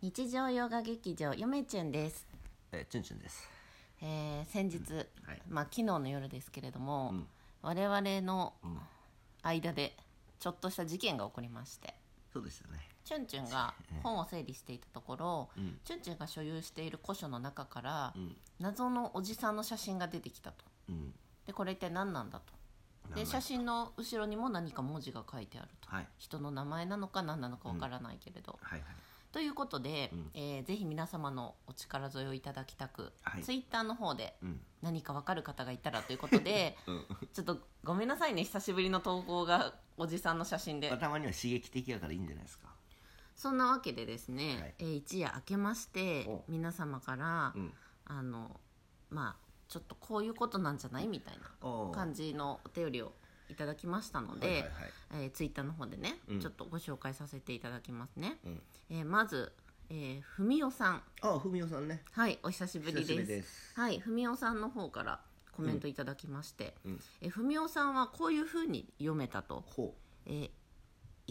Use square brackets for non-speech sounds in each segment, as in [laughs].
日常洋画劇場よめちゅんです、えー、チュンチュンです。えー先日、はいまあ昨日の夜ですけれども、うん我々のうん、間でちょっとした事件が起こりましてそうでしたね。チュンチュンが本を整理していたところ、うんチュンチュンが所有している古書の中から、うん、謎のおじさんの写真が出てきたとうん、でこれ一体何なんだとで写真。真の後ろにも何か文字が書いてあると、はい、人の名前なのか何なのかわからないけれど、はい、はい。ということで、うんえーぜひ皆様のお力添えをいただきたく、はいツイッターの方でうん、何かわかる方がいたらということ [laughs] でうん、ちょっとごめんなさいね久しぶりの投稿がおじさんの写真でまあ、たまには刺激的やからいいんじゃないですか。そんなわけでですね、はいえー一夜明けましてお皆様から、うん、あのまあちょっとこういうことなんじゃないみたいおなー感じのお便りをいただきましたので、はい、はい、はい。えーツイッターの方でね、うんちょっとご紹介させていただきますね、うん、えーまず、えー、ふみおさんあ、ふみおさんね。はいお久しぶりで久すしぶりです。はいふみおさんの方からコメントいただきまして、うん、えーふみおさんはこういうふうに読めたと、ほえー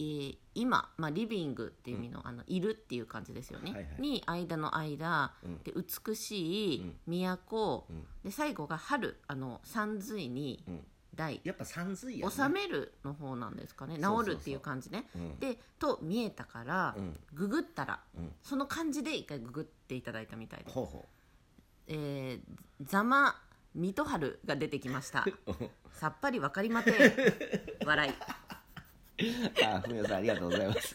えー今、まあ、リビングっていう意味の,、あのいるっていう感じですよね、はいはいに間の間、うんで美しい、うん都、う。うん、で最後が春あの三髄にうん、大、やっぱ三髄や、ね。収。めるの方なんですかねそうそう治そうるっていう感じねうん、でと見えたから、うん、ググったらうん、その感じで一回ググっていただいたみたいでほうほえー、ざま水戸春が出てきま [laughs] したう。さっぱりわかりません笑いあ、ふみおさん、ありがと [laughs] うございます。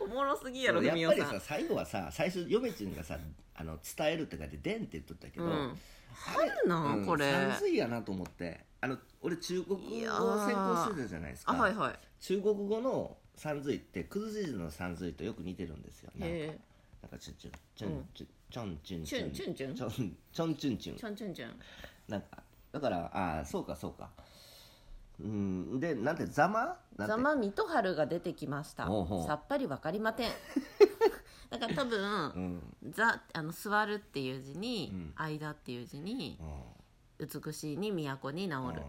おもろすぎややろっふぱみおさりんさ、最後はさ、最初、ヨメチュンがさ、あの、伝えるって書いて、でんって言っとったけうど。んあれ春な、うんこれ三髄やなと思ってあの俺中国語を専攻してたじゃないですかあはいはい中国語の三髄ってクズジの三髄とよく似てるんですよねへえなんかチュンチュンチュンチュンチョンチュンチュンチュンチチョンチョンチュンチュンちょんちょんちょんなんかだからああそうかそうかうんでなんてざまなんてざま水戸春が出てきましたほうほうさっぱりわかり [laughs] ませんだから多分、うんざあの座るっていう字に、うん間っていう字にうん美しいに都に治るう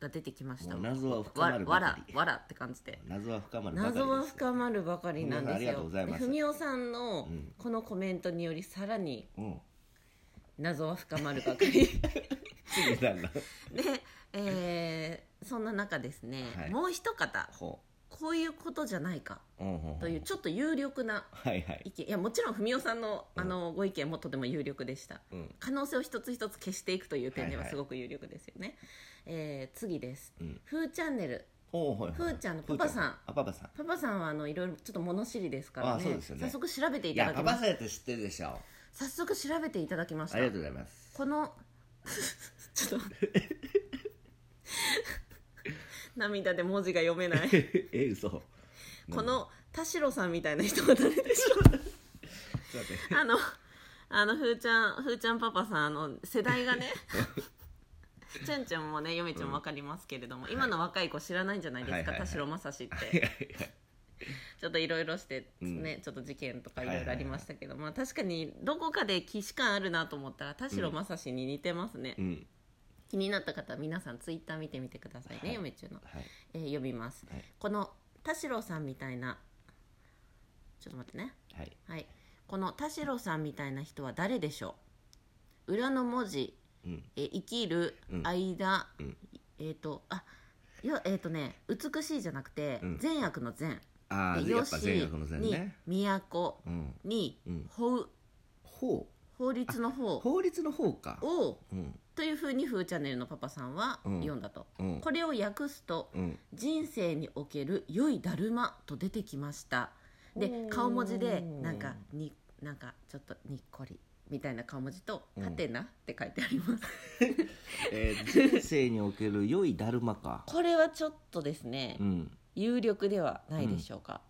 が出てきましんたもうわ謎は深わまるばらかりわらって感じで謎は深まるばかりです謎は深まるばかりなんです皆さんありがとうよございますで文雄さんのうんこのコメントによりさらにうん謎は深まるばかり [laughs] 次なんだで、えーそんな中ですね、はいもう一方ほこういうことじゃないかううんうんというちょっと有力なはいはい意見いやもちろん文雄さんのあのご意見もとても有力でしたうん可能性を一つ一つ消していくという点でははいはいすごく有力ですよね、えー次ですうん「ふーチャンネルほうほうほうふーちゃんのパパさんあパパさん」パパさんはあのいろいろちょっと物知りですからあねそうですよね早速調べていいたやだきパまパしさんやって知ってるでしょた早速調べていただきましあたりがとうござい [laughs] ますこの [laughs] ち [laughs] ょっと涙で文字が読めないえ嘘ここの田代さんみたいな人は誰でしょ [laughs] うあのあのふーちゃんふーちゃんパパさんあの世代がね [laughs] ちゃんちゃんもねよめちゃんもわかりますけれども、今の若い子知らないんじゃないですか、はいはいはい田代正史ってちょっといろいろしてね、ちょっと事件とかいろいろありましたけど、まあ確かにどこかで既視感あるなと思ったら田代正史に似てますね、うん気になった方は皆さんツイッター見てみてくださいね、はい嫁中の、はいえー読みます、はいこの田代さんみたいなちょっと待ってねはいはいこの田代さんみたいな人は誰でしょう裏の文字うんえー生きるうん間、うんえっ、とあいやえっ、とね美しいじゃなくて、うん善悪の善ああでやよっしぱ全学の全にね都うんにうん法法法律の方法律の方かをうんというふうに「ふーチャンネル」のパパさんはうん読んだと、うんこれを訳すとうん「人生における良いだるま」と出てきましたでおー顔文字でなんかになんかちょっとにっこりみたいな顔文字と「うんはてな」って書いてあります [laughs] えー人生における良いだるまかこれはちょっとですね、うん有力ではないでしょうか、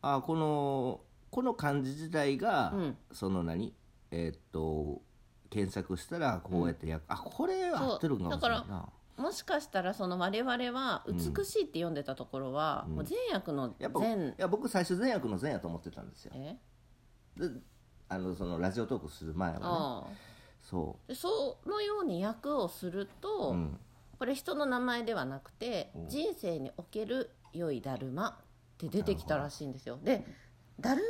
あーこのこの漢字自体がうんその何えーっと検索したらこうやってやあこれ合ってるんかもしれないなもしかしたらその我々は「うん美しい」って読んでたところは、うんもう善悪のやっぱい善や僕最初善悪の善やと思ってたんですよえであのそのラジオトークする前はねああそでそのように訳をするう、と、うん、これ人の名前ではなくて、うん人生における良いだるまって出てきたらしいんですよでだる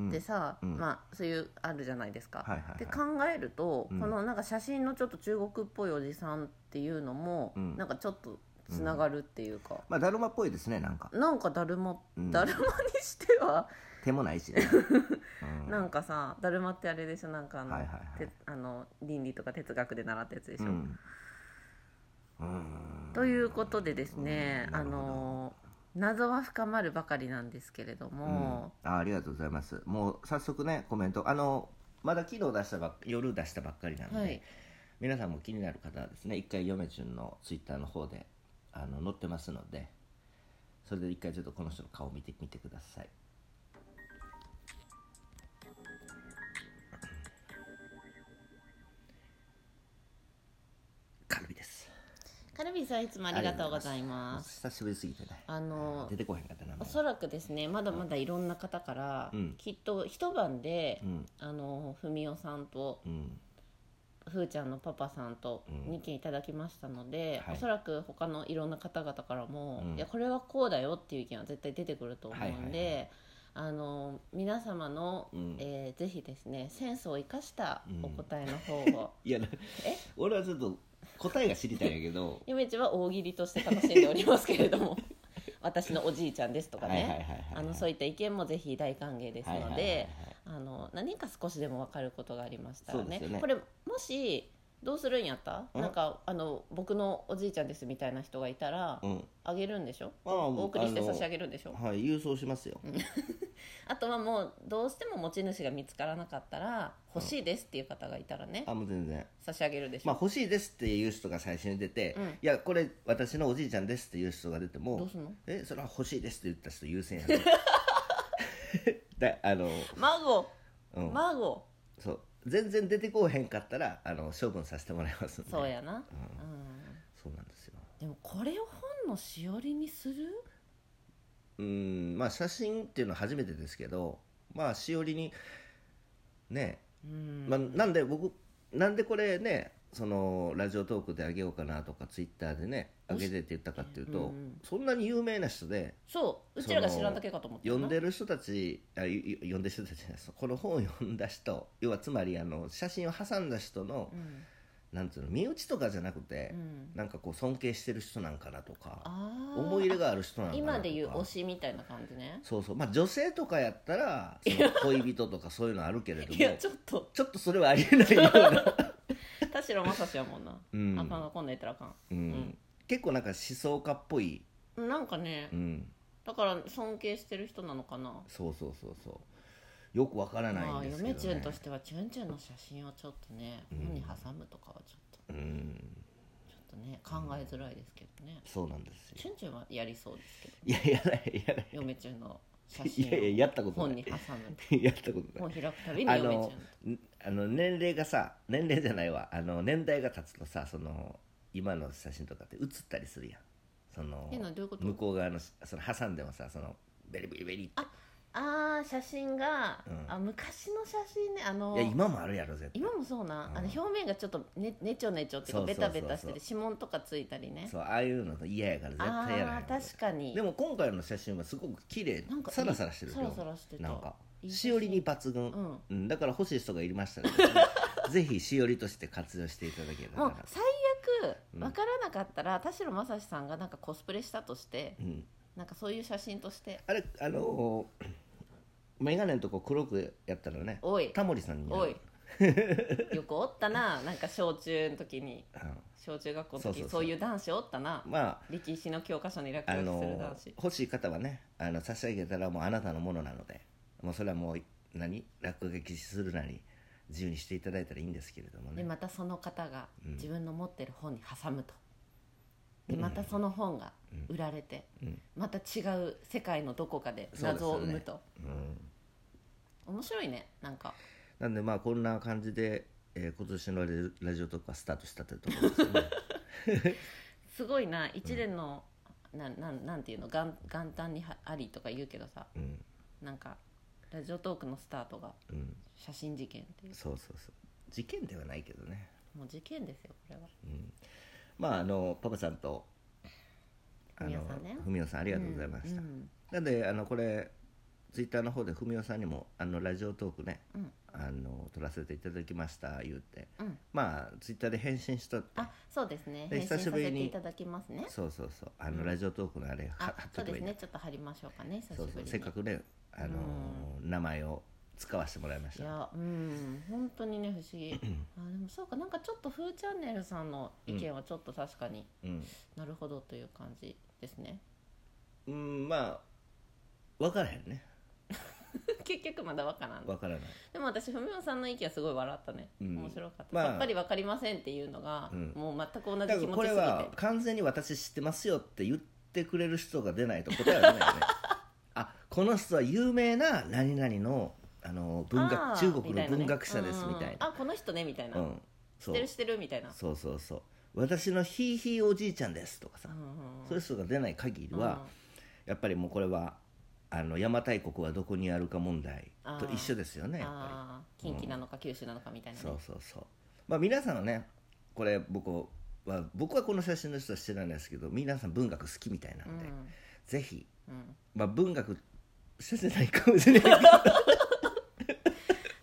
まってさ、うんうんまあそういうあるじゃないですか、はいはいはいで考えると、うんこのなんか写真のちょっと中国っぽいおじさんっていうのも、うんなんかちょっとつながるっていうか、まあだるまっぽいですねなんかなんかだるま、うんだるまにしては、手もない [laughs] しね、うんなんかさだるまってあれでしょなんかあの,て、はいはいはいあの倫理とか哲学で習ったやつでしうょ、んうんということでですね、うんあなるほどの謎は深まるばかりなんですけれども、うんあありがとうございますもう早速ねコメントあのまだ昨日出したばっ夜出したばっかりなんで、はい皆さんも気になる方はですね一回嫁ちゅんのツイッターの方であの載ってますのでそれで一回ちょっとこの人の顔を見てみてくださいカルビですカルビーさんいつもありがとうございます久しぶりすぎてねあの出てこへんかったなおそらくですねまだまだいろんな方から、うんきっと一晩で、うんあの文雄さんとうんふーちゃんのパパさんとうん2件いただきましたので、はいおそらく他のいろんな方々からも、うんいやこれはこうだよっていう意見は絶対出てくると思うんで、はいはいはあの皆様の、うんえーぜひですねセンスを生かしたうんお答えの方を、いやなえ俺はちょっと答えが知りたいんやけ [laughs] どゆめちは大喜利として楽しんでおりますけれど [laughs] も私のおじいちゃんですとかはいはいはいねはいあのそういいった意見もぜひ大歓迎ですので。はいはいはいはいあの何か少しでも分かることがありましたらそうねですよねこれもしどうするんやったうんなんかあの僕のおじいちゃんですみたいな人がいたらうんあげるんでしょああお送りして差し上げげるんでしょはい郵送しますよ、あとはもうどうしても持ち主が見つからなかったら欲しいですっていう方がいたらねあもう全然差し上げるでしまあょ欲しいですっていう人が最初に出て、うんいやこれ私のおじいちゃんですっていう人が出てもどうすんのえそれは欲しいですって言った人優先や [laughs] ろだあの、孫うん孫そう全然出てこうへんかったらあの処分させてもらいますんでそうやなうんうんそうなんですよでもこれを本のしおりにするうんまあ写真っていうのは初めてですけどまあしおりにねうんまあ、なんで僕なんでこれねそのラジオトークであげようかなとかツイッターでねあげてって言ったかっていうと、うんうんそんなに有名な人でそううちらが知らんだけかと思って読んるでる人たちあいい読んでる人たちじゃないですこの本を読んだ人要はつまりあの写真を挟んだ人の、うんなんていうの身内とかじゃなくてう、んなんかこう尊敬してる人なんかなとかあー思い入れがある人なんかなとか今で言う推しみたいな感じねそうそうまあ女性とかやっ [laughs] たらその恋人とかそういうのあるけれどもいやちょっとちょっとそれはありえないよ [laughs] うな、田代正史やもんな、うんあかんあかんないったらあかうんん結構なんか思想家っぽい、んなんかね、うん、だから尊敬してる人なのかなそうそうそうそうよくわからないまんあですけ嫁ど、チュねンとしてはチュンチュンの写真をちょっとね、うん本に挟むとかはちょっとうん、ちょっとね考えづらいですけどね、そうなんですチよュンチュンはやりそうですけどいややないやない嫁チュンの写いやい真ややったをこと本なにい挟む [laughs] やったことな本い開くたびにあ嫁チュンのんあの年齢がさ年齢じゃないわあの年代が経つとさその今の写真とかって写ったりするやんそのえなどういうこと向こう側のその挟んでもさそのベリベリベリってああ写真が、うんあ昔の写真ねあのいや今もあるやろ絶対今もそうな、うんあの表面がちょっとねねちょねちょっていうかそうそベうそうそタうベタしてて指紋とかついたりねそうああいうの嫌やから絶あ対やらへんあー確かにでも今回の写真はすごく綺麗なんかいいサラサラしてるサラサラしてたなんかいい写真しおりに抜群、うんうんだから欲しい人がいましたら、 [laughs] ね、ぜひしおりとして活用していただけれもうばな最悪分からなかったら、田代正史さんがなんかコスプレしたとしてうん、なんかそういう写真としてあれあのー眼鏡のとこ黒くやったらねおいタモリさんに [laughs] おいよくおったななんか小中の時にう小中学校の時そうそうそうそう、いう男子おったなんま歴史の教科書に落あ、あ書きするの男ー子、欲しい方はねあの差し上げたらもうあなたのものなのでもうそれはもう何落書きするなり自由にしていただいたらいいんですけれどもでねまたその方がうん自分の持ってる本に挟むと、でまたその本が売られて、うんまた違う世界のどこかでそうです謎をよね生むと、うん面白いねなんかなんでまあこんな感じで、えー今年のラジオラジオトークはスタートしたというところですねすごいな一年の、なん、なんなんていうの元元旦にはありとか言うけどさうんなんかラジオトークのスタートがうん写真事件っていうそうそうそう事件ではないけどねもう事件ですよこれはまああのパパさんとあ文の雄さんね文雄さんありあがとうございました、うんなんであのこれツイッターの方で文雄さんにもあのラジオトークね、うんあの撮らせていただきました言ってうんまあツイッターで返信しとってあそうですねで返信させ久しぶりてにいただきますねそうそうそうあうのんラジオトークのあれはあ貼っそとうけでばいすいねちょっと貼りましょうかね久しそうぶそりうにせっかくねあのー名前を使わせてもらいましいたやうん本当にね不思 [clears throat] 議あでもそうかなんかちょっと「フーチャンネル」さんの意見はちょっと確かにうん、なるほどという感じですね [laughs] うん、まあ分からへんね結局まだわからん分からないでも私文雄さんの意見はすごい笑ったね、うん面白かった、まあやっぱりわかりませんっていうのが、うんもう全く同だじか気ら持ちこれすぎはて完全に私知ってますよって言ってくれる人が出ないと答えは出な [laughs] いよねあこの人は有名な何々のあの文あ学ー中国みたいのなね文学者ですみたいなうんあこの人ねみたいな、う知っんそうてる知ってるみたいなそうそうそう私のひいひいおじいちゃんですとかさうんうんうんそういう人が出ない限りはやっぱりもうこれはあの邪馬台国はどこにあるか問題と一緒ですよねやっぱあー近畿なのか九州なのかみたいりな、ねそうそうそうまあ皆さんはねこれ僕は僕はこの写真の人は知らないですけど皆さん文学好きみたいなんで、んぜひ、うんまあ、文学知らないかもしれない [laughs] け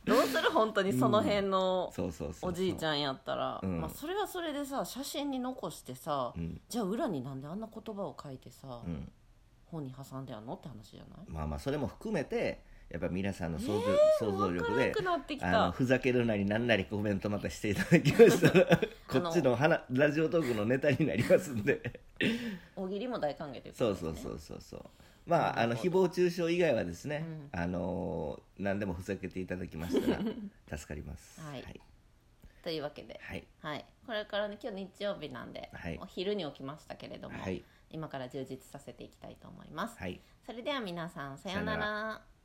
どどうする本当にその辺のそうそうそうおじいちゃんゃんやったら、うんまあ、それはそれでさ写真に残してさ、うんじゃあ裏になんであんな言葉を書いてさ、うん、本に挟んであんのって話じゃないまあまあそれも含めてやっぱ皆さんの想像,、想像力暗でくなってきあたのふざけるなりなんなりコメントまたしていただきま [laughs] したらこっちの花ラジオトークのネタになりますんで大喜利も大歓迎ということそうですねそうそうそうそうまああの誹謗中傷以外はですね、あのー何でもふざけていただきま [laughs] したら助かりますはいはいというわけで、はいはい、これからね今日日曜日なんで、はいお昼に起きましたけれども、はい今から充実させていきたいと思います、はいそれでは皆さんさようなさようら